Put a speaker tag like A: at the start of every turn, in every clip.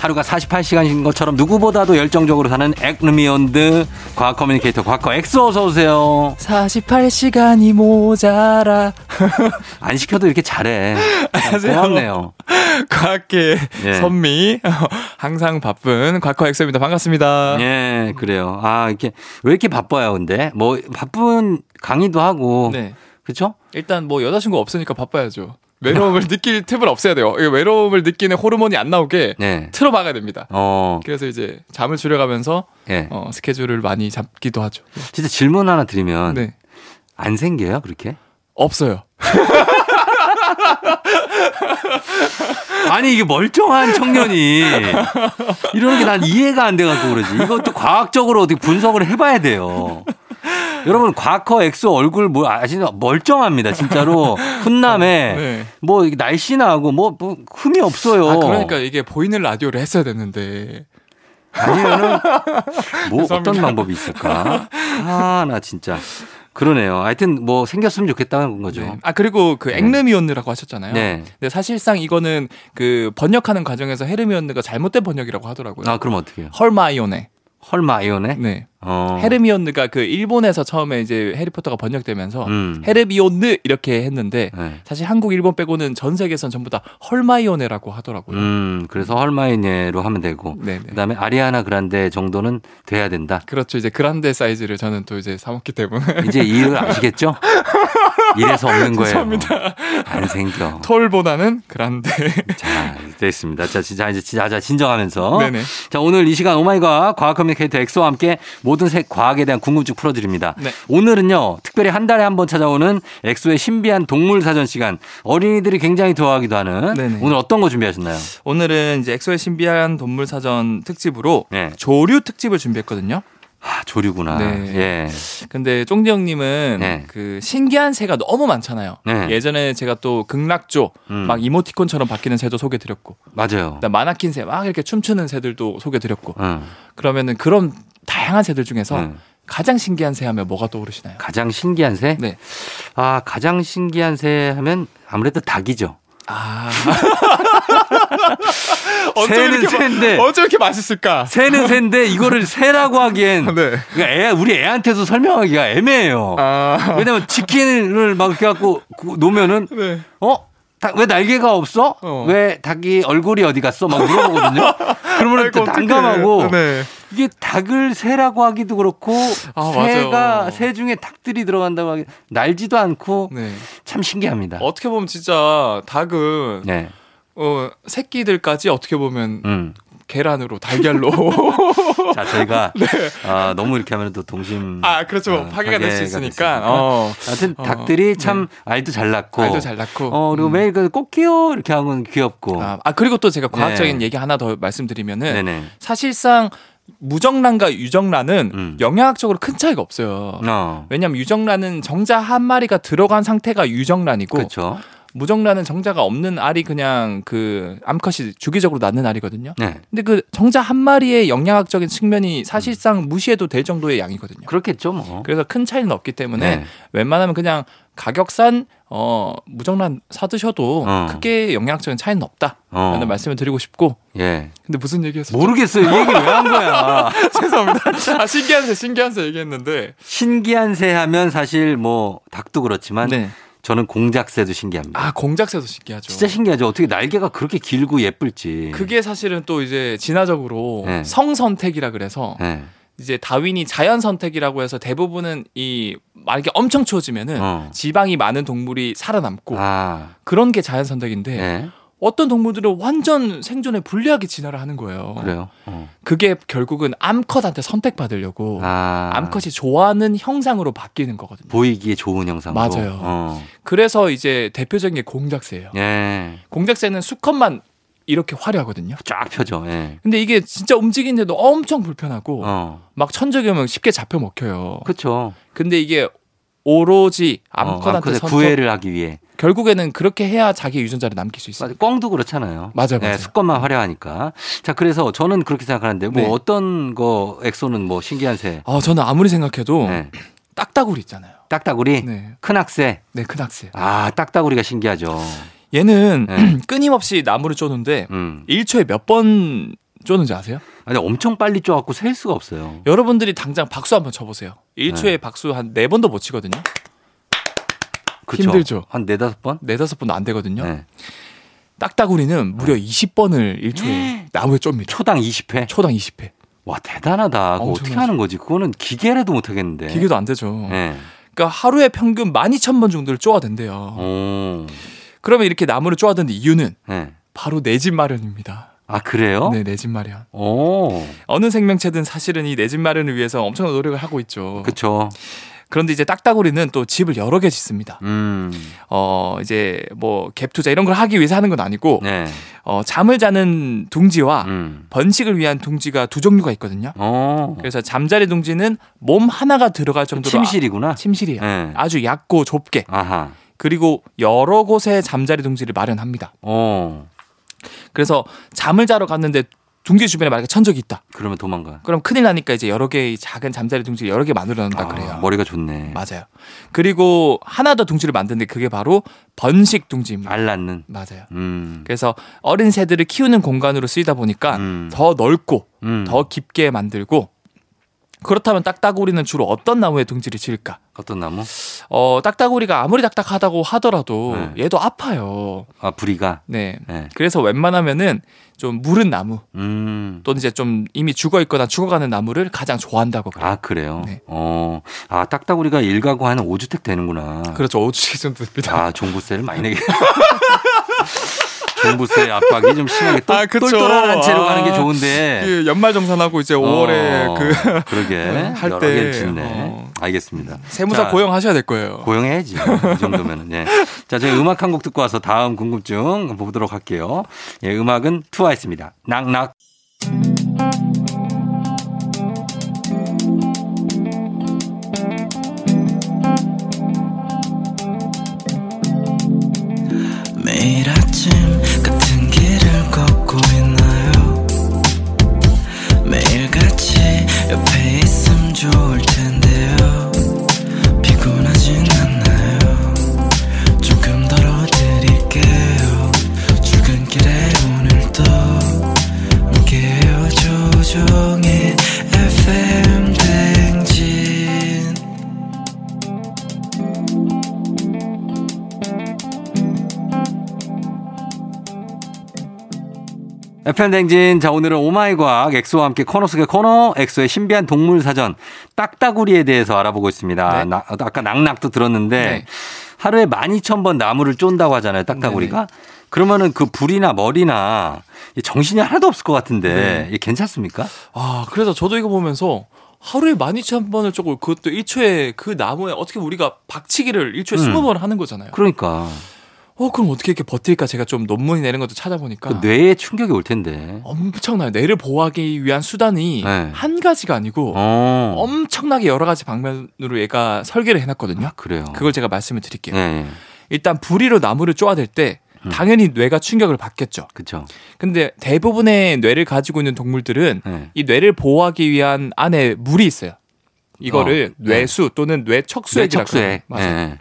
A: 하루가 48시간인 것처럼 누구보다도 열정적으로 사는 액루미온드 과학 커뮤니케이터 과커 엑소 어서 오세요.
B: 48시간이 모자라.
A: 안 시켜도 이렇게 잘해.
B: 안녕하세요.
A: 고맙네요.
B: 과학계
A: 예.
B: 선미. 항상 바쁜 과커 엑소입니다. 반갑습니다.
A: 예, 그래요. 아, 이렇게 왜 이렇게 바빠요, 근데? 뭐 바쁜 강의도 하고.
B: 네.
A: 그렇죠?
B: 일단 뭐 여자친구 없으니까 바빠야죠.
A: 네.
B: 외로움을 느낄 팁을 없애야 돼요. 이 외로움을 느끼는 호르몬이 안 나오게
A: 네.
B: 틀어막아야 됩니다.
A: 어.
B: 그래서 이제 잠을 줄여가면서
A: 예.
B: 어, 스케줄을 많이 잡기도 하죠.
A: 진짜 질문 하나 드리면
B: 네.
A: 안 생겨요, 그렇게?
B: 없어요.
A: 아니, 이게 멀쩡한 청년이 이러는 게 난 이해가 안 돼 갖고 그러지. 이것도 과학적으로 어떻게 분석을 해 봐야 돼요. 여러분, 과커 엑소 얼굴 뭐 아시나 멀쩡합니다, 진짜로. 훈남에
B: 네.
A: 뭐 이게 날씬하고 뭐, 뭐 흠이 없어요.
B: 아, 그러니까 이게 보이는 라디오를 했어야 됐는데.
A: 아니면은 뭐 어떤
B: 죄송합니다.
A: 방법이 있을까? 아, 나 진짜. 그러네요. 하여튼 뭐 생겼으면 좋겠다는 거죠.
B: 네. 아 그리고 그 앵르미온느라고 하셨잖아요.
A: 네.
B: 근데 사실상 이거는 그 번역하는 과정에서 헤르미온느가 잘못된 번역이라고 하더라고요.
A: 아, 그럼 어떻게 해요?
B: 헐마이온에.
A: 헐마이온에?
B: 네.
A: 어.
B: 헤르미온느가 그 일본에서 처음에 이제 해리포터가 번역되면서
A: 음.
B: 헤르미온느 이렇게 했는데
A: 네.
B: 사실 한국 일본 빼고는 전 세계선 전부 다 헐마이온에라고 하더라고요.
A: 음, 그래서 헐마이네로 하면 되고.
B: 네네.
A: 그다음에 아리아나 그란데 정도는 돼야 된다.
B: 그렇죠. 이제 그란데 사이즈를 저는 또 이제 사먹기 때문에
A: 이제 이를 아시겠죠? 이래서 없는 거예요.
B: 죄송합니다.
A: 안 생겨.
B: 톨보다는 그란데.
A: 자, 됐습니다. 자, 진짜 이제 진짜 자, 진정하면서.
B: 네네.
A: 자, 오늘 이 시간 오마이과 과학 커뮤니케이터 엑소와 함께 모든 색 과학에 대한 궁금증 풀어드립니다.
B: 네.
A: 오늘은요, 특별히 한 달에 한 번 찾아오는 엑소의 신비한 동물 사전 시간. 어린이들이 굉장히 좋아하기도 하는
B: 네네.
A: 오늘 어떤 거 준비하셨나요?
B: 오늘은 이제 엑소의 신비한 동물 사전 특집으로
A: 네.
B: 조류 특집을 준비했거든요.
A: 아, 조류구나.
B: 네.
A: 예.
B: 근데 쫑디 형님은
A: 네.
B: 그 신기한 새가 너무 많잖아요.
A: 네.
B: 예전에 제가 또 극락조
A: 음.
B: 막 이모티콘처럼 바뀌는 새도 소개드렸고,
A: 맞아요.
B: 그다음 마나킨 새 막 이렇게 춤추는 새들도 소개드렸고.
A: 응,
B: 그러면은 그런 다양한 새들 중에서
A: 응.
B: 가장 신기한 새 하면 뭐가 떠오르시나요?
A: 가장 신기한 새?
B: 네.
A: 아, 가장 신기한 새 하면 아무래도 닭이죠.
B: 아.
A: 새는 새인데.
B: 마- 어쩜 이렇게 맛있을까?
A: 새는 새인데 이거를 새라고 하기엔
B: 네.
A: 그러니까 애, 우리 애한테도 설명하기가 애매해요.
B: 아.
A: 왜냐면 치킨을 막 이렇게 갖고 구- 놓으면은
B: 네.
A: 어? 다- 왜 날개가 없어?
B: 어.
A: 왜 닭이 얼굴이 어디 갔어? 막 물어보거든요. 그러면 또
B: 어떡해.
A: 난감하고
B: 네.
A: 이게 닭을 새라고 하기도 그렇고
B: 아,
A: 새가
B: 맞아요.
A: 새 중에 닭들이 들어간다고 하기 날지도 않고
B: 네.
A: 참 신기합니다.
B: 어떻게 보면 진짜 닭은
A: 네.
B: 어, 새끼들까지 어떻게 보면
A: 음.
B: 계란으로 달걀로
A: 자, 저희가 아, 너무 이렇게 하면 또 동심
B: 네. 아 그렇죠
A: 어,
B: 파괴가 될 수
A: 파괴가
B: 있으니까
A: 됐으니까.
B: 어.
A: 하여튼
B: 어,
A: 닭들이 참 알도 잘 낳고
B: 알도 잘 낳고
A: 어, 그리고
B: 음.
A: 매일 그꼭 귀여워 이렇게 하면 귀엽고.
B: 아, 아, 그리고 또 제가 과학적인
A: 네.
B: 얘기 하나 더 말씀드리면은
A: 네네.
B: 사실상 무정란과 유정란은
A: 음.
B: 영양학적으로 큰 차이가 없어요
A: 어.
B: 왜냐면 유정란은 정자 한 마리가 들어간 상태가 유정란이고
A: 그렇죠.
B: 무정란은 정자가 없는 알이 그냥 그 암컷이 주기적으로 낳는 알이거든요
A: 네.
B: 근데 그 정자 한 마리의 영양학적인 측면이 사실상 무시해도 될 정도의 양이거든요
A: 그렇겠죠, 뭐.
B: 그래서 큰 차이는 없기 때문에
A: 네.
B: 웬만하면 그냥 가격산 어 무정란 사 드셔도
A: 어.
B: 크게 영향적인 차이는
A: 어.
B: 없다라는 말씀을 드리고 싶고
A: 예.
B: 근데 무슨 얘기했어?
A: 모르겠어요. 이 얘기 왜 한 거야.
B: 죄송합니다. 아 신기한 새 신기한 새 얘기했는데
A: 신기한 새 하면 사실 뭐 닭도 그렇지만
B: 네.
A: 저는 공작새도 신기합니다.
B: 아 공작새도 신기하죠.
A: 진짜 신기하죠. 어떻게 날개가 그렇게 길고 예쁠지.
B: 그게 사실은 또 이제 진화적으로
A: 네.
B: 성 선택이라 그래서
A: 예.
B: 이제 다윈이 자연 선택이라고 해서 대부분은 이 만약에 엄청 추워지면은
A: 어.
B: 지방이 많은 동물이 살아남고
A: 아.
B: 그런 게 자연 선택인데
A: 예.
B: 어떤 동물들은 완전 생존에 불리하게 진화를 하는 거예요.
A: 그래요. 어.
B: 그게 결국은 암컷한테 선택받으려고
A: 아.
B: 뭐. 암컷이 좋아하는 형상으로 바뀌는 거거든요.
A: 보이기에 좋은 영상으로.
B: 맞아요.
A: 어.
B: 그래서 이제 대표적인 게 공작새예요.
A: 예.
B: 공작새는 수컷만 이렇게 화려하거든요.
A: 쫙 펴죠. 예.
B: 근데 이게 진짜 움직이는데도 엄청 불편하고
A: 어.
B: 막 천적이 오면 쉽게 잡혀 먹혀요.
A: 그렇죠.
B: 근데 이게 오로지
A: 어,
B: 암컷한테
A: 암컷의
B: 선택.
A: 구애를 하기 위해.
B: 결국에는 그렇게 해야 자기 유전자를 남길 수 있어요.
A: 맞아, 꿩도 그렇잖아요. 네,
B: 맞아요, 맞아요.
A: 수컷만 화려하니까. 자, 그래서 저는 그렇게 생각하는데 뭐
B: 네.
A: 어떤 거 엑소는 뭐 신기한 새.
B: 아, 저는 아무리 생각해도
A: 네.
B: 딱따구리 있잖아요.
A: 딱따구리,
B: 네.
A: 큰 악새.
B: 네, 큰 악세.
A: 아, 딱따구리가 신기하죠.
B: 얘는
A: 네.
B: 끊임없이 나무를 쪼는데
A: 음.
B: 1초에 몇 번 쪼는지 아세요?
A: 아니, 엄청 빨리 쪼갖고 셀 수가 없어요.
B: 여러분들이 당장 박수 한번 쳐보세요. 1초에 박수 한 네번도못 치거든요.
A: 그쵸?
B: 힘들죠.
A: 한 네다섯 번?
B: 네다섯 번도 안 되거든요.
A: 네.
B: 딱따구리는 무려 20번을 1초에 나무에 쫍니다.
A: 초당 20회?
B: 초당 20회.
A: 와, 대단하다. 그거 어떻게
B: 엄청나죠.
A: 하는 거지? 그거는 기계라도 못하겠는데.
B: 기계도 안 되죠.
A: 네.
B: 그러니까 하루에 평균 12,000번 정도를 쪼아야 된대요.
A: 어. 오.
B: 그러면 이렇게 나무를 쪼아야 되는 이유는
A: 네.
B: 바로 내 집 마련입니다.
A: 아, 그래요?
B: 네, 내 집 마련.
A: 오.
B: 어느 생명체든 사실은 이 내 집 마련을 위해서 엄청난 노력을 하고 있죠.
A: 그쵸.
B: 그런데 이제 딱따구리는 또 집을 여러 개 짓습니다.
A: 음.
B: 어, 이제 뭐 갭 투자 이런 걸 하기 위해서 하는 건 아니고
A: 네.
B: 어, 잠을 자는 둥지와
A: 음.
B: 번식을 위한 둥지가 두 종류가 있거든요.
A: 어.
B: 그래서 잠자리 둥지는 몸 하나가 들어갈 정도로
A: 침실이구나.
B: 아, 침실이에요.
A: 네.
B: 아주 얕고 좁게
A: 아하.
B: 그리고 여러 곳에 잠자리 둥지를 마련합니다.
A: 어.
B: 그래서 잠을 자러 갔는데 둥지 주변에 만약에 천적이 있다.
A: 그러면 도망가.
B: 그럼 큰일 나니까 이제 여러 개의 작은 잠자리 둥지를 여러 개 만들어 놓는다 그래요.
A: 아, 머리가 좋네.
B: 맞아요. 그리고 하나 더 둥지를 만드는데 그게 바로 번식 둥지입니다.
A: 알 낳는.
B: 맞아요.
A: 음.
B: 그래서 어린 새들을 키우는 공간으로 쓰이다 보니까
A: 음.
B: 아, 더 넓고
A: 음.
B: 더 깊게 만들고 그렇다면 딱따구리는 주로 어떤 나무에 둥지를 지을까?
A: 어떤 나무?
B: 어, 딱따구리가 아무리 딱딱하다고 하더라도
A: 네.
B: 얘도 아파요.
A: 아, 부리가.
B: 네.
A: 네.
B: 그래서 웬만하면은 좀 무른 나무
A: 음.
B: 또는 이제 좀 이미 죽어 있거나 죽어가는 나무를 가장 좋아한다고 그래요.
A: 아, 그래요?
B: 네.
A: 어. 아, 딱따구리가 일가구 한 5주택 되는구나.
B: 그렇죠. 오주식 좀 됩니다.
A: 아, 종부세를 많이 내게. 종부세 압박이 좀 심하게 똘,
B: 아, 그쵸.
A: 똘똘한 채로 가는 게
B: 아,
A: 좋은데.
B: 연말 정산하고 이제 5월에
A: 네. 어,
B: 그
A: 그러게
B: 할
A: 여러
B: 때,
A: 개를 짓네.
B: 어.
A: 알겠습니다.
B: 세무사
A: 자,
B: 고용하셔야 될 거예요.
A: 고용해야지. 이 정도면은. 예. 자, 저희 음악 한 곡 듣고 와서 다음 궁금증 보도록 할게요. 예, 음악은 투하했습니다. 낙낙.
C: 매일 아침 같은 길을 걷고 있나요 매일 같이 옆에 있음 좋을 텐데요 피곤하진 않나요 조금 덜어드릴게요 출근길에 오늘도 함께해요 조종의 FM 댕진
A: FM댕진. 자, 오늘은 오마이과학 엑소와 함께 코너 속의 코너, 엑소의 신비한 동물 사전, 딱따구리에 대해서 알아보고 있습니다.
B: 네.
A: 나- 아까 낙낙도 들었는데,
B: 네.
A: 하루에 12,000번 나무를 쫀다고 하잖아요,
B: 네,
A: 딱따구리가. 그러면은 그 불이나 머리나 이 정신이 하나도 없을 것
B: 네.
A: 같은데, 이게 괜찮습니까?
B: 아, 그래서 저도 이거 보면서 하루에 12,000번을 쪼고 그것도 1초에 그 나무에 어떻게 우리가 박치기를 1초에
A: 음.
B: 20번 하는 거잖아요.
A: 그러니까.
B: 어, 그럼 어떻게 이렇게 버틸까? 제가 좀 논문이 내는 것도 찾아보니까
A: 그 뇌에 충격이 올 텐데.
B: 엄청나요. 뇌를 보호하기 위한 수단이
A: 네.
B: 한 가지가 아니고
A: 어.
B: 엄청나게 여러 가지 방면으로 얘가 설계를 해놨거든요.
A: 아, 그래요.
B: 그걸 제가 말씀을 드릴게요.
A: 예, 예.
B: 일단 부리로 나무를 쪼아댈 때
A: 음.
B: 당연히 뇌가 충격을 받겠죠.
A: 그쵸.
B: 근데 대부분의 뇌를 가지고 있는 동물들은
A: 네.
B: 이 뇌를 보호하기 위한 안에 물이 있어요. 이거를
A: 어, 네.
B: 뇌수 또는 뇌척수액이라고 해요.
A: 뇌척수액.
B: 맞아요.
A: 예, 예.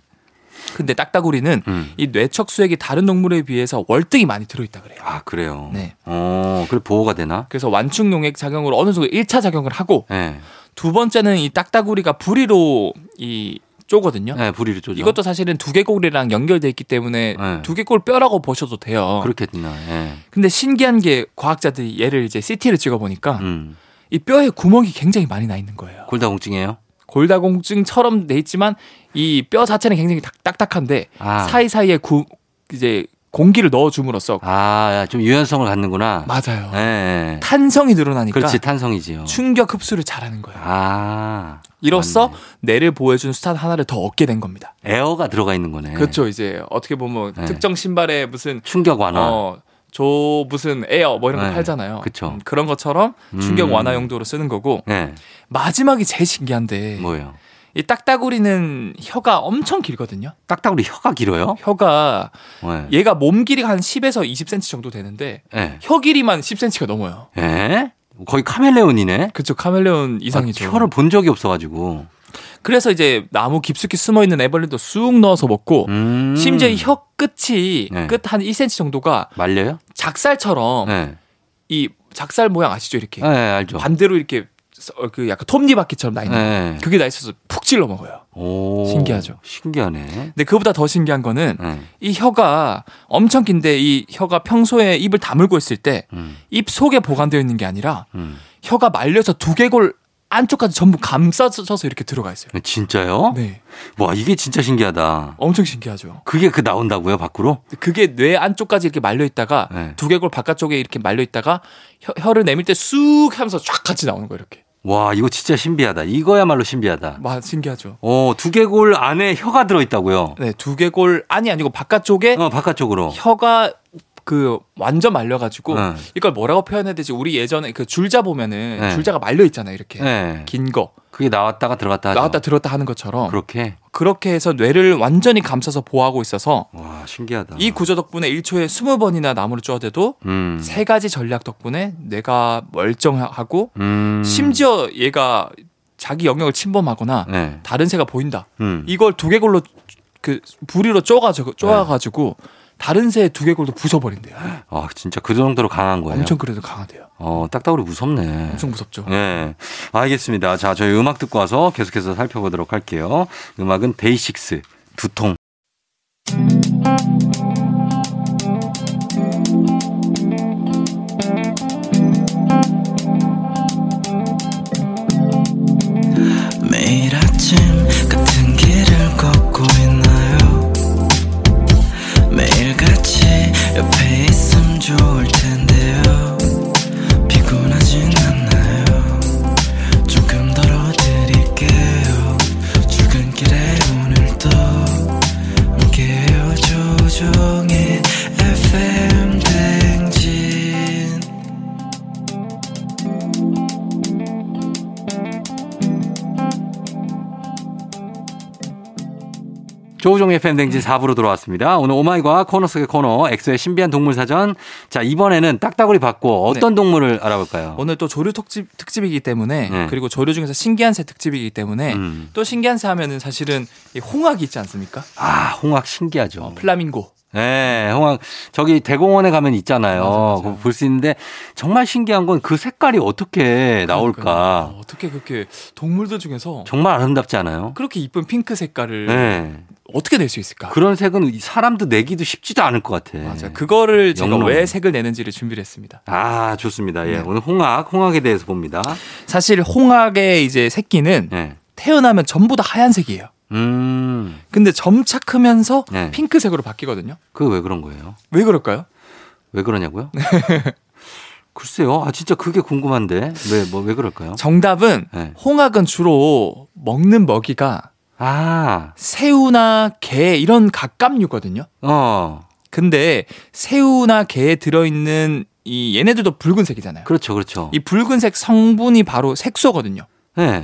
B: 근데 딱따구리는
A: 음.
B: 이 뇌척수액이 다른 동물에 비해서 월등히 많이 들어있다 그래요.
A: 아, 그래요.
B: 네.
A: 어, 그래 보호가 되나?
B: 그래서 완충용액 작용으로 어느 정도 1차 작용을 하고
A: 예.
B: 두 번째는 이 딱따구리가 부리로 이 쪼거든요.
A: 예, 부리를 쪼죠.
B: 이것도 사실은 두개골이랑 연결돼 있기 때문에
A: 네.
B: 두개골 뼈라고 보셔도 돼요.
A: 그렇겠나. 예.
B: 근데 신기한 게 과학자들이 얘를 이제 CT를 찍어 보니까
A: 음.
B: 이 뼈에 구멍이 굉장히 많이 나 있는 거예요.
A: 골다공증이에요?
B: 골다공증처럼 돼 있지만 이 뼈 자체는 굉장히 딱- 딱딱한데
A: 아.
B: 사이사이에 구, 이제 공기를 넣어 줌으로써
A: 아, 좀 유연성을 갖는구나.
B: 맞아요.
A: 예, 예.
B: 탄성이 늘어나니까
A: 그렇지, 탄성이지요.
B: 충격 흡수를 잘하는 거예요.
A: 아.
B: 이로써
A: 맞네.
B: 뇌를 보호해 준 수단 하나를 더 얻게 된 겁니다.
A: 에어가 들어가 있는 거네.
B: 그렇죠. 이제 어떻게 보면 뭐
A: 네.
B: 특정 신발에 무슨
A: 충격 완화.
B: 어, 저 무슨 에어 뭐 이런 거
A: 네,
B: 팔잖아요.
A: 그쵸.
B: 음, 그런 것처럼 충격
A: 음.
B: 완화 용도로 쓰는 거고
A: 예.
B: 마지막이 제일 신기한데
A: 뭐예요?
B: 이 딱따구리는 혀가 엄청 길거든요.
A: 딱딱으로 혀가 길어요?
B: 혀가
A: 네.
B: 얘가 몸 길이가 한 10에서 20cm 정도 되는데
A: 예.
B: 혀 길이만 10cm가 넘어요.
A: 예? 거의 카멜레온이네.
B: 그쵸 카멜레온
A: 아,
B: 이상이죠.
A: 혀를 본 적이 없어가지고.
B: 그래서 이제 나무 깊숙이 숨어 있는 애벌레도 쑥 넣어서 먹고
A: 음.
B: 심지어 이 혀 끝이
A: 네.
B: 끝 한 1cm 정도가
A: 말려요?
B: 작살처럼
A: 네.
B: 이 작살 모양 아시죠 어, 이렇게
A: 예, 알죠.
B: 반대로 이렇게 써- 그 약간 톱니바퀴처럼 나 있는
A: 예.
B: 그게 나 있어서 푹 찔러 먹어요.
A: 오.
B: 신기하죠.
A: 신기하네.
B: 근데 그보다 더 신기한 거는
A: 예.
B: 이 혀가 엄청 긴데 이 혀가 평소에 입을 다물고 있을 때
A: 음.
B: 입 속에 보관되어 있는 게 아니라
A: 음.
B: 혀가 말려서 두개골 안쪽까지 전부 감싸져서 이렇게 들어가 있어요.
A: 진짜요?
B: 네,
A: 와, 이게 진짜 신기하다.
B: 엄청 신기하죠.
A: 그게 그 나온다고요, 밖으로?
B: 그게 뇌 안쪽까지 이렇게 말려 있다가
A: 네.
B: 두개골 바깥쪽에 이렇게 말려 있다가 혀, 혀를 내밀 때 쑥 하면서 쫙 같이 나오는 거 이렇게.
A: 와, 이거 진짜 신비하다. 이거야말로 신비하다.
B: 와 신기하죠.
A: 어, 두개골 안에 혀가 들어있다고요?
B: 네, 두개골 안이 아니고 바깥쪽에
A: 어, 바깥쪽으로.
B: 네. 혀가 그 완전 말려가지고
A: 네.
B: 이걸 뭐라고 표현해야 되지? 우리 예전에 그 줄자 보면은
A: 네.
B: 줄자가 말려 있잖아요, 이렇게
A: 예.
B: 긴 거.
A: 그게 나왔다가 들어갔다 하죠.
B: 나왔다 들었다 하는 것처럼
A: 그렇게.
B: 그렇게 해서 뇌를 완전히 감싸서 보호하고 있어서
A: 와, 신기하다.
B: 이 구조 덕분에 1초에 20번이나 나무를 쪼아대도
A: 음.
B: 세 가지 전략 덕분에 뇌가 멀쩡하고
A: 음.
B: 심지어 얘가 자기 영역을 침범하거나
A: 네.
B: 다른 새가 보인다.
A: 음.
B: 이걸 두개골로 그 부리로 쪼아가지고 쪼아가지고 다른 새의 두개골도 부숴버린대요.
A: 음. 아, 진짜 그 정도로 강한 거예요.
B: 엄청 그래도 강하대요.
A: 어, 딱따구리 무섭네.
B: 엄청 무섭죠.
A: 네. 알겠습니다. 자, 저희 음악 듣고 와서 계속해서 살펴보도록 할게요. 음악은 데이식스, 두통.
C: 매일 아침 같은 길을 걷고 있나요 매일 같이 옆에 있음 좋을 텐데요 피곤하진 않나요 조금 덜어드릴게요 출근길에 오늘도 함께해요 조종의 FM 댕진
A: 조우종의 팬댕진
B: 음.
A: 4부로 돌아왔습니다. 오늘 오마이과 코너 속의 코너, 엑소의 신비한 동물 사전. 자, 이번에는 딱따구리 받고
B: 네.
A: 어떤 동물을 알아볼까요?
B: 오늘 또 조류 특집, 특집이기 때문에
A: 네.
B: 그리고 조류 중에서 신기한 새 특집이기 때문에
A: 음.
B: 또 신기한 새 하면은 사실은 이 홍학이 있지 않습니까?
A: 아, 홍학 신기하죠.
B: 어, 플라밍고.
A: 네, 홍학 저기 대공원에 가면
B: 맞아, 맞아.
A: 있잖아요. 볼 수 있는데 정말 신기한 건 그 색깔이 어떻게 나올까.
B: 그러니까요. 어떻게 그렇게 동물들 중에서
A: 정말 아름답지 않아요?
B: 그렇게 이쁜 핑크 색깔을
A: 네. 아.
B: 어떻게 낼 수 있을까?
A: 그런 색은 사람도 내기도 쉽지도 않을 것 같아.
B: 맞아요. 그거를 제가
A: 영롱.
B: 왜 색을 내는지를 준비를 했습니다.
A: 아, 좋습니다. 예.
B: 네.
A: 오늘 홍학, 홍학에 대해서 봅니다.
B: 사실 홍학의 이제 새끼는
A: 예.
B: 태어나면 전부 다 하얀색이에요.
A: 음.
B: 근데 점차 크면서
A: 네.
B: 핑크색으로 바뀌거든요.
A: 그게 왜 그런 거예요?
B: 왜 그럴까요?
A: 왜 그러냐고요?
B: 네.
A: 글쎄요. 아, 진짜 그게 궁금한데. 왜, 뭐, 왜 그럴까요?
B: 정답은
A: 네.
B: 홍학은 주로 먹는 먹이가
A: 아,
B: 새우나 게 이런 갑각류거든요.
A: 어.
B: 근데 새우나 게에 들어있는 이 얘네들도 붉은색이잖아요.
A: 그렇죠, 그렇죠.
B: 이 붉은색 성분이 바로 색소거든요.
A: 네.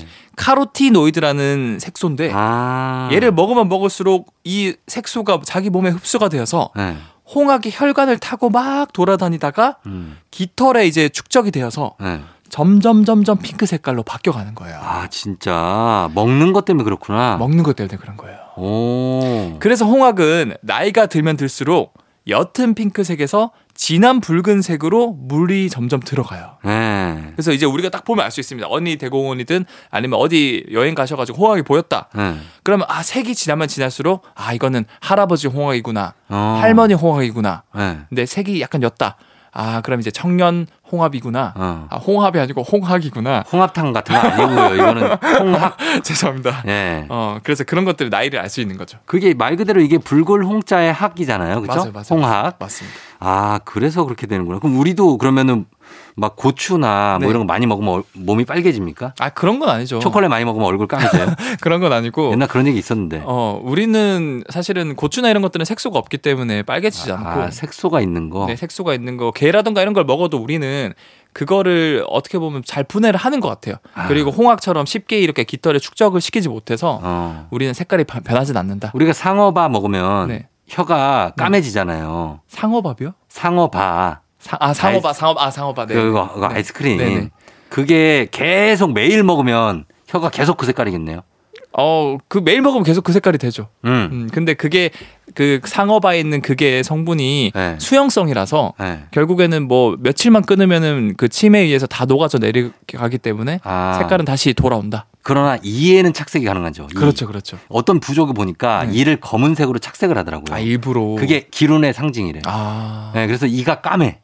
B: 카로티노이드라는 색소인데
A: 아.
B: 예. 얘를 먹으면 먹을수록 이 색소가 자기 몸에 흡수가 되어서
A: 네.
B: 홍학이 혈관을 타고 막 돌아다니다가
A: 음.
B: 깃털에 이제 축적이 되어서
A: 네.
B: 점점 점점 핑크 색깔로 바뀌어가는 거예요.
A: 아, 진짜. 먹는 것 때문에 그렇구나.
B: 먹는 것 때문에 그런 거예요.
A: 오.
B: 그래서 홍학은 나이가 들면 들수록 옅은 핑크색에서 진한 붉은색으로 물이 점점 들어가요.
A: 네.
B: 그래서 이제 우리가 딱 보면 알 수 있습니다. 언니 대공원이든 아니면 어디 여행 가셔가지고 홍학이 보였다.
A: 네.
B: 그러면 아 색이 지나면 지날수록 아 이거는 할아버지 홍학이구나,
A: 어.
B: 할머니 홍학이구나.
A: 네.
B: 근데 색이 약간 옅다. 아 그럼 이제 청년 홍합이구나.
A: 어.
B: 아 홍합이 아니고 홍학이구나.
A: 홍합탕 같은 거 아니고요. 이거는 홍합.
B: 죄송합니다.
A: 예.
B: 어 그래서 그런 것들을 나이를 알 수 있는 거죠.
A: 그게 말 그대로 이게 불골 홍자의 학이잖아요. 그죠?
B: 맞아요, 맞아요.
A: 홍학.
B: 맞습니다.
A: 아, 그래서 그렇게 되는구나. 그럼 우리도 그러면은 막 고추나
B: 네.
A: 뭐 이런 거 많이 먹으면 얼- 몸이 빨개집니까?
B: 아 그런 건 아니죠.
A: 초콜릿 많이 먹으면 얼굴 까매져요?
B: 그런 건 아니고.
A: 옛날 그런 얘기 있었는데.
B: 어 우리는 사실은 고추나 이런 것들은 색소가 없기 때문에 빨개지지 않고
A: 아, 색소가 있는 거.
B: 네, 색소가 있는 거 게라던가 이런 걸 먹어도 우리는 그거를 어떻게 보면 잘 분해를 하는 것 같아요. 그리고 홍학처럼 쉽게 이렇게 깃털에 축적을 시키지 못해서
A: 어.
B: 우리는 색깔이 바- 변하진 않는다.
A: 우리가 상어바 먹으면
B: 네.
A: 혀가 까매지잖아요.
B: 상어밥이요?
A: 상어바.
B: 사- 아 상어밥, 상어밥, 아 상어밥. 네.
A: 그거, 그거 아이스크림.
B: 네, 네.
A: 그게 계속 매일 먹으면 혀가 계속 그 색깔이겠네요.
B: 어, 그 매일 먹으면 계속 그 색깔이 되죠.
A: 음.
B: 음, 근데 그게 그 상어바에 있는 그게 성분이
A: 네.
B: 수용성이라서
A: 네.
B: 결국에는 뭐 며칠만 끊으면은 그 침에 의해서 다 녹아져 내려가기 때문에
A: 아.
B: 색깔은 다시 돌아온다.
A: 그러나 이에는 착색이 가능하죠. 이.
B: 그렇죠, 그렇죠.
A: 어떤 부족을 보니까
B: 네.
A: 이를 검은색으로 착색을 하더라고요.
B: 아 일부러
A: 음. 그게 기운의 상징이래. 요
B: 아,
A: 네, 그래서 이가 까매.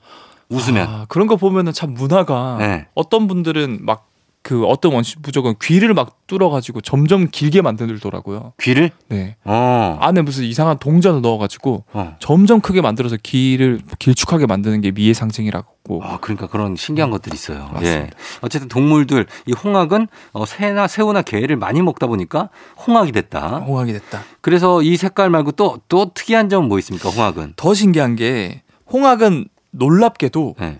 A: 웃으면.
B: 아, 그런 거 보면은 참 문화가
A: 네.
B: 어떤 분들은 막 그 어떤 원시 부족은 귀를 막 뚫어가지고 점점 길게 만들더라고요.
A: 귀를?
B: 네
A: 어.
B: 안에 무슨 이상한 동전을 넣어가지고
A: 어.
B: 점점 크게 만들어서 귀를 길쭉하게 만드는 게 미의 상징이라고.
A: 아, 그러니까 그런 신기한 것들이 있어요.
B: 맞습니다.
A: 예. 어쨌든 동물들, 이 홍학은 어, 새나 새우나 게를 많이 먹다 보니까 홍학이 됐다.
B: 홍학이 됐다.
A: 그래서 이 색깔 말고 또, 또 특이한 점은 뭐 있습니까, 홍학은?
B: 더 신기한 게 홍학은 놀랍게도
A: 예.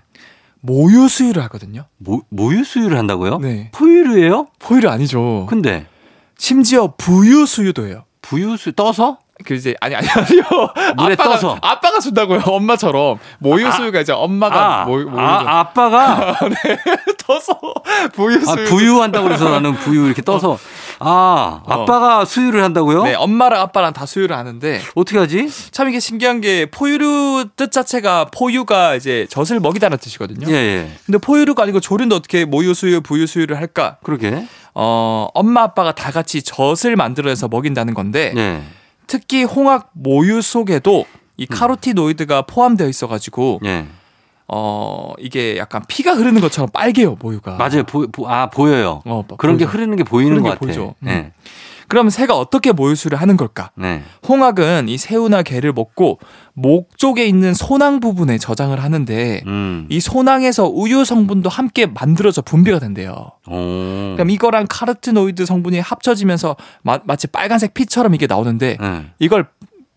B: 모유 수유를 하거든요.
A: 모, 모유 수유를 한다고요?
B: 네.
A: 포유류예요
B: 포유류 아니죠.
A: 근데
B: 심지어 부유 수유도 해요.
A: 부유수 떠서?
B: 그 이제 아니 아니 아니요.
A: 물에
B: 아빠가,
A: 떠서.
B: 아빠가 준다고요. 엄마처럼 모유 수유가 이제 엄마가 뭐,
A: 아,
B: 모유 모유
A: 아, 아빠가
B: 떠서 부유
A: 아,
B: 수유.
A: 부유한다고 그래서 나는 부유 이렇게 떠서 아, 아빠가 수유를 한다고요?
B: 어. 네, 엄마랑 아빠랑 다 수유를 하는데
A: 어떻게 하지?
B: 참 이게 신기한 게 포유류 뜻 자체가 포유가 이제 젖을 먹이다라는 뜻이거든요.
A: 예, 예.
B: 근데 포유류가 아니고 조류인데 어떻게 모유 수유, 부유 수유를 할까?
A: 그러게.
B: 어, 엄마 아빠가 다 같이 젖을 만들어서 먹인다는 건데
A: 예.
B: 특히 홍학 모유 속에도 이
A: 음.
B: 카로티노이드가 포함되어 있어가지고
A: 예.
B: 어 이게 약간 피가 흐르는 것처럼 빨개요 모유가.
A: 맞아요. 보, 보- 아, 보여요.
B: 어,
A: 그런 게
B: 보이죠.
A: 흐르는 게 보이는
B: 흐르는
A: 것
B: 게
A: 같아.
B: 보이죠. 음.
A: 네.
B: 그럼 새가 어떻게 모유수를 하는 걸까?
A: 네.
B: 홍학은 이 새우나 게를 먹고 목 쪽에 있는 소낭 부분에 저장을 하는데
A: 음.
B: 이 소낭에서 우유 성분도 함께 만들어져 분비가 된대요.
A: 오.
B: 그럼 이거랑 카르티노이드 성분이 합쳐지면서 마, 마치 빨간색 피처럼 이게 나오는데
A: 네.
B: 이걸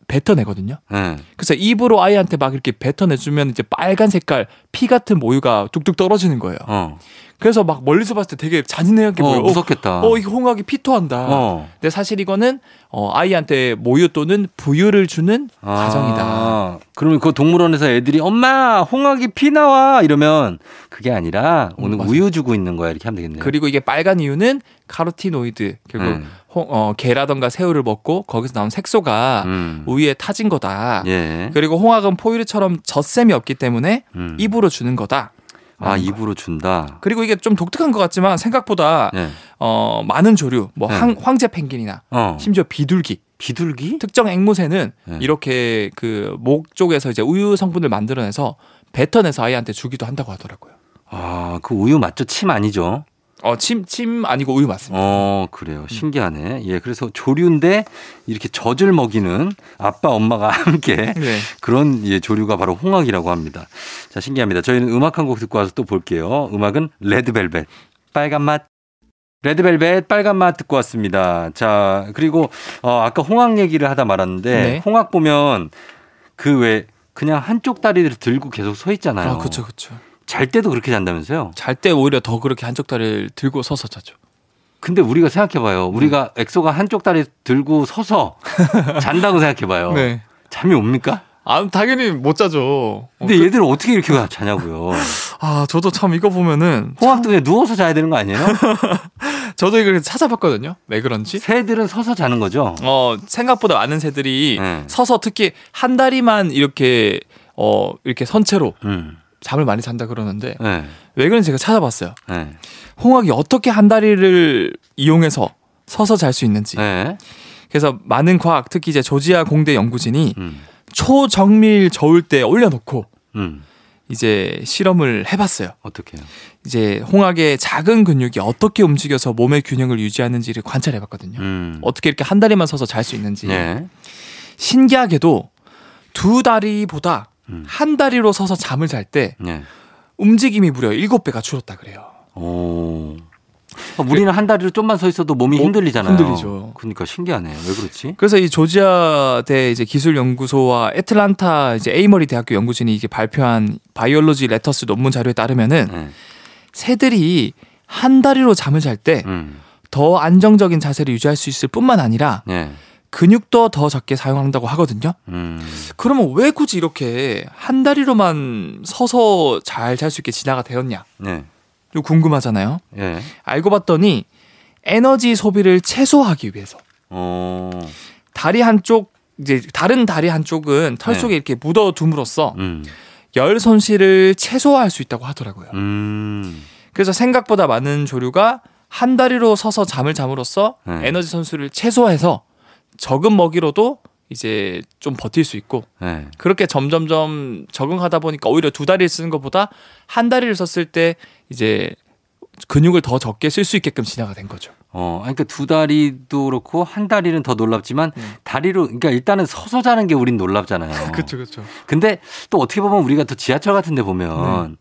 B: 뱉어내거든요.
A: 네.
B: 그래서 입으로 아이한테 막 이렇게 뱉어내주면 이제 빨간 색깔 피 같은 모유가 뚝뚝 떨어지는 거예요.
A: 어.
B: 그래서 막 멀리서 봤을 때 되게 잔인하게
A: 어,
B: 보여. 어,
A: 무섭겠다.
B: 어, 이 홍학이 피토한다.
A: 어.
B: 근데 사실 이거는 어, 아이한테 모유 또는 부유를 주는 과정이다.
A: 아, 그러면 그 동물원에서 애들이 엄마 홍학이 피 나와 이러면 그게 아니라 오늘
B: 음, 맞아요.
A: 우유 주고 있는 거야 이렇게 하면 되겠네요.
B: 그리고 이게 빨간 이유는 카로티노이드 결국
A: 음.
B: 홍, 어, 게라던가 새우를 먹고 거기서 나온 색소가
A: 음.
B: 아, 우유에 타진 거다.
A: 예.
B: 그리고 홍학은 포유류처럼 젖샘이 없기 때문에
A: 음.
B: 입으로 주는 거다.
A: 아
B: 라는 거예요.
A: 입으로 준다.
B: 그리고 이게 좀 독특한 것 같지만 생각보다
A: 예.
B: 어, 많은 조류, 뭐
A: 네.
B: 황, 황제 펭귄이나
A: 어.
B: 심지어 비둘기,
A: 비둘기?
B: 특정 앵무새는
A: 네.
B: 이렇게 그 목 쪽에서 이제 우유 성분을 만들어내서 뱉어내서 아이한테 주기도 한다고 하더라고요.
A: 아, 그 우유 맞죠? 침 아니죠?
B: 어, 침, 침 아니고 우유 맞습니다.
A: 어,
B: 음.
A: 그래요. 신기하네. 예, 그래서 조류인데 이렇게 젖을 먹이는 아빠, 엄마가 함께
B: 네.
A: 그런 예, 조류가 바로 홍학이라고 합니다. 자, 신기합니다. 저희는 음악 한 곡 듣고 와서 또 볼게요. 음악은 레드벨벳. 빨간 맛. 레드벨벳 빨간 맛 듣고 왔습니다. 자, 그리고 어, 아까 홍학 얘기를 하다 말았는데
B: 네.
A: 홍학 보면 그 왜 그냥 한쪽 다리를 들고 계속 서 있잖아요.
B: 아, 그쵸, 그쵸.
A: 잘 때도 그렇게 잔다면서요?
B: 잘 때 오히려 더 그렇게 한쪽 다리를 들고 서서 자죠.
A: 근데 우리가 생각해봐요. 우리가
B: 네.
A: 엑소가 한쪽 다리 들고 서서 잔다고 생각해봐요.
B: 네.
A: 잠이 옵니까?
B: 아, 당연히 못 자죠. 어,
A: 근데
B: 그-
A: 얘들은 어떻게 이렇게 자냐고요.
B: 아, 저도 참 이거 보면은
A: 홍학도 그냥 누워서 자야 되는 거 아니에요?
B: 저도 이걸 찾아봤거든요. 왜 그런지.
A: 새들은 서서 자는 거죠.
B: 어, 생각보다 많은 새들이
A: 네.
B: 서서 특히 한 다리만 이렇게 어, 이렇게 선체로
A: 음.
B: 잠을 많이 잔다 그러는데
A: 네.
B: 왜 그런지 제가 찾아봤어요.
A: 네.
B: 홍학이 어떻게 한 다리를 이용해서 서서 잘 수 있는지.
A: 네.
B: 그래서 많은 과학, 특히 이제 조지아 공대 연구진이
A: 음.
B: 초정밀 저울대에 올려놓고
A: 음.
B: 이제 실험을 해봤어요.
A: 어떻게요?
B: 이제 홍학의 작은 근육이 어떻게 움직여서 몸의 균형을 유지하는지를 관찰해봤거든요.
A: 음.
B: 어떻게 이렇게 한 다리만 서서 잘 수 있는지.
A: 예.
B: 신기하게도 두 다리보다
A: 음.
B: 한 다리로 서서 잠을 잘 때
A: 예.
B: 움직임이 무려 일곱 배가 줄었다 그래요.
A: 오. 어, 우리는 한 다리로 좀만 서 있어도 몸이
B: 어,
A: 흔들리잖아요.
B: 흔들리죠.
A: 그러니까 신기하네. 왜 그렇지?
B: 그래서 이 조지아 대 이제 기술 연구소와 애틀란타 이제 에이머리 대학교 연구진이 이게 발표한 바이올로지 레터스 논문 자료에 따르면은
A: 네.
B: 새들이 한 다리로 잠을 잘 때
A: 음.
B: 더 안정적인 자세를 유지할 수 있을 뿐만 아니라
A: 네.
B: 근육도 더 적게 사용한다고 하거든요.
A: 음.
B: 그러면 왜 굳이 이렇게 한 다리로만 서서 잘 잘 수 있게 진화가 되었냐?
A: 네.
B: 좀 궁금하잖아요.
A: 예.
B: 알고 봤더니 에너지 소비를 최소화하기 위해서
A: 어.
B: 다리 한쪽 이제 다른 다리 한쪽은 털
A: 네.
B: 속에 이렇게 묻어둠으로써
A: 음.
B: 열 손실을 최소화할 수 있다고 하더라고요.
A: 음.
B: 그래서 생각보다 많은 조류가 한 다리로 서서 잠을 잠으로써
A: 네.
B: 에너지 손실을 최소화해서 적은 먹이로도 이제 좀 버틸 수 있고
A: 네.
B: 그렇게 점점점 적응하다 보니까 오히려 두 다리를 쓰는 것보다 한 다리를 썼을 때 이제 근육을 더 적게 쓸 수 있게끔 진화가 된 거죠.
A: 어, 아니, 그러니까 두 다리도 그렇고 한 다리는 더 놀랍지만
B: 음.
A: 다리로 그러니까 일단은 서서 자는 게 우린 놀랍잖아요.
B: 그렇죠.
A: 근데 또 어떻게 보면 우리가 또 지하철 같은 데
B: 네.
A: 보면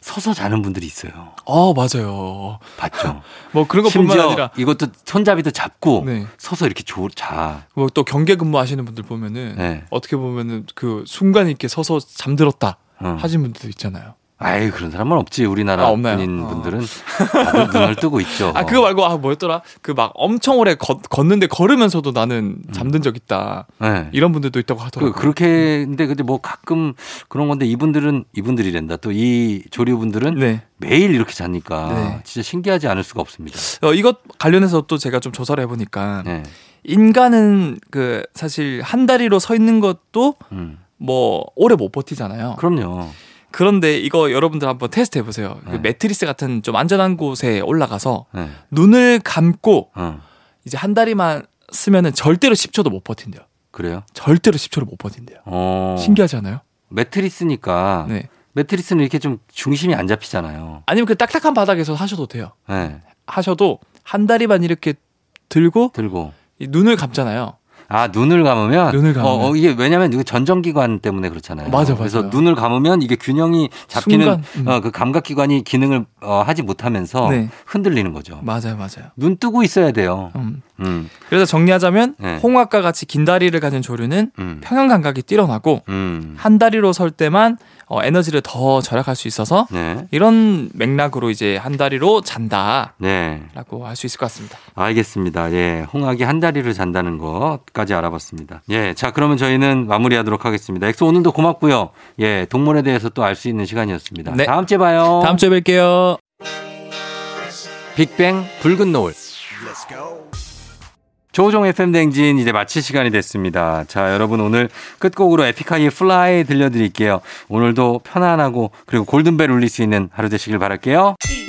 A: 서서 자는 분들이 있어요.
B: 아 맞아요.
A: 봤죠.
B: 뭐 그런 것뿐만
A: 심지어 어.
B: 아니라
A: 이것도 손잡이도 잡고
B: 네.
A: 서서 이렇게 조, 자.
B: 뭐 또 경계 근무하시는 분들 보면은
A: 네.
B: 어떻게 보면은 그 순간 이렇게 서서 잠들었다
A: 어.
B: 하신 분들도 있잖아요.
A: 아이 그런 사람은 없지 우리나라
B: 아, 없나요?
A: 군인
B: 어.
A: 분들은 다들 눈을 뜨고 있죠.
B: 아 그거 말고 아 뭐였더라? 그 막 엄청 오래 걷, 걷는데 걸으면서도 나는 잠든 적 있다
A: 음. 네.
B: 이런 분들도 있다고 하더라고요.
A: 그, 그렇게 근데 근데 뭐 가끔 그런 건데 이분들은 이분들이란다. 또 이 조류분들은
B: 네.
A: 매일 이렇게 자니까
B: 네.
A: 진짜 신기하지 않을 수가 없습니다.
B: 어, 이것 관련해서 또 제가 좀 조사를 해보니까
A: 네.
B: 인간은 그 사실 한 다리로 서 있는 것도
A: 음.
B: 뭐 오래 못 버티잖아요.
A: 그럼요.
B: 그런데 이거 여러분들 한번 테스트 해보세요. 그
A: 네.
B: 매트리스 같은 좀 안전한 곳에 올라가서
A: 네.
B: 눈을 감고
A: 어.
B: 이제 한 다리만 쓰면은 절대로 10초도 못 버틴대요.
A: 그래요?
B: 절대로 10초를 못 버틴대요.
A: 어.
B: 신기하지 않아요?
A: 매트리스니까
B: 네.
A: 매트리스는 이렇게 좀 중심이 안 잡히잖아요.
B: 아니면 그 딱딱한 바닥에서 하셔도 돼요.
A: 네.
B: 하셔도 한 다리만 이렇게 들고
A: 들고.
B: 이 눈을 감잖아요.
A: 아 눈을 감으면
B: 눈을 감으면.
A: 어, 어, 이게 왜냐면 이거 전정기관 때문에 그렇잖아요.
B: 맞아,
A: 그래서
B: 맞아요.
A: 눈을 감으면 이게 균형이 잡히는
B: 순간, 음.
A: 어, 그 감각기관이 기능을 어, 하지 못하면서
B: 네.
A: 흔들리는 거죠.
B: 맞아요, 맞아요.
A: 눈 뜨고 있어야 돼요.
B: 음.
A: 음,
B: 그래서 정리하자면
A: 네.
B: 홍학과 같이 긴 다리를 가진 조류는
A: 음,
B: 평형 감각이 뛰어나고
A: 음.
B: 한 다리로 설 때만 어, 에너지를 더 절약할 수 있어서
A: 네,
B: 이런 맥락으로 이제 한 다리로 잔다라고
A: 네,
B: 할 수 있을 것 같습니다.
A: 알겠습니다. 예, 홍학이 한 다리를 잔다는 것까지 알아봤습니다. 예, 자 그러면 저희는 마무리하도록 하겠습니다. 엑소 오늘도 고맙고요. 예, 동물에 대해서 또 알 수 있는 시간이었습니다.
B: 네.
A: 다음 주에 봐요.
B: 다음 주에 뵐게요.
A: 빅뱅 붉은 노을. 조종 FM 댕진 이제 마칠 시간이 됐습니다. 자, 여러분 오늘 끝곡으로 에픽하이의 플라이 들려드릴게요. 오늘도 편안하고 그리고 골든벨 울릴 수 있는 하루 되시길 바랄게요.
D: 이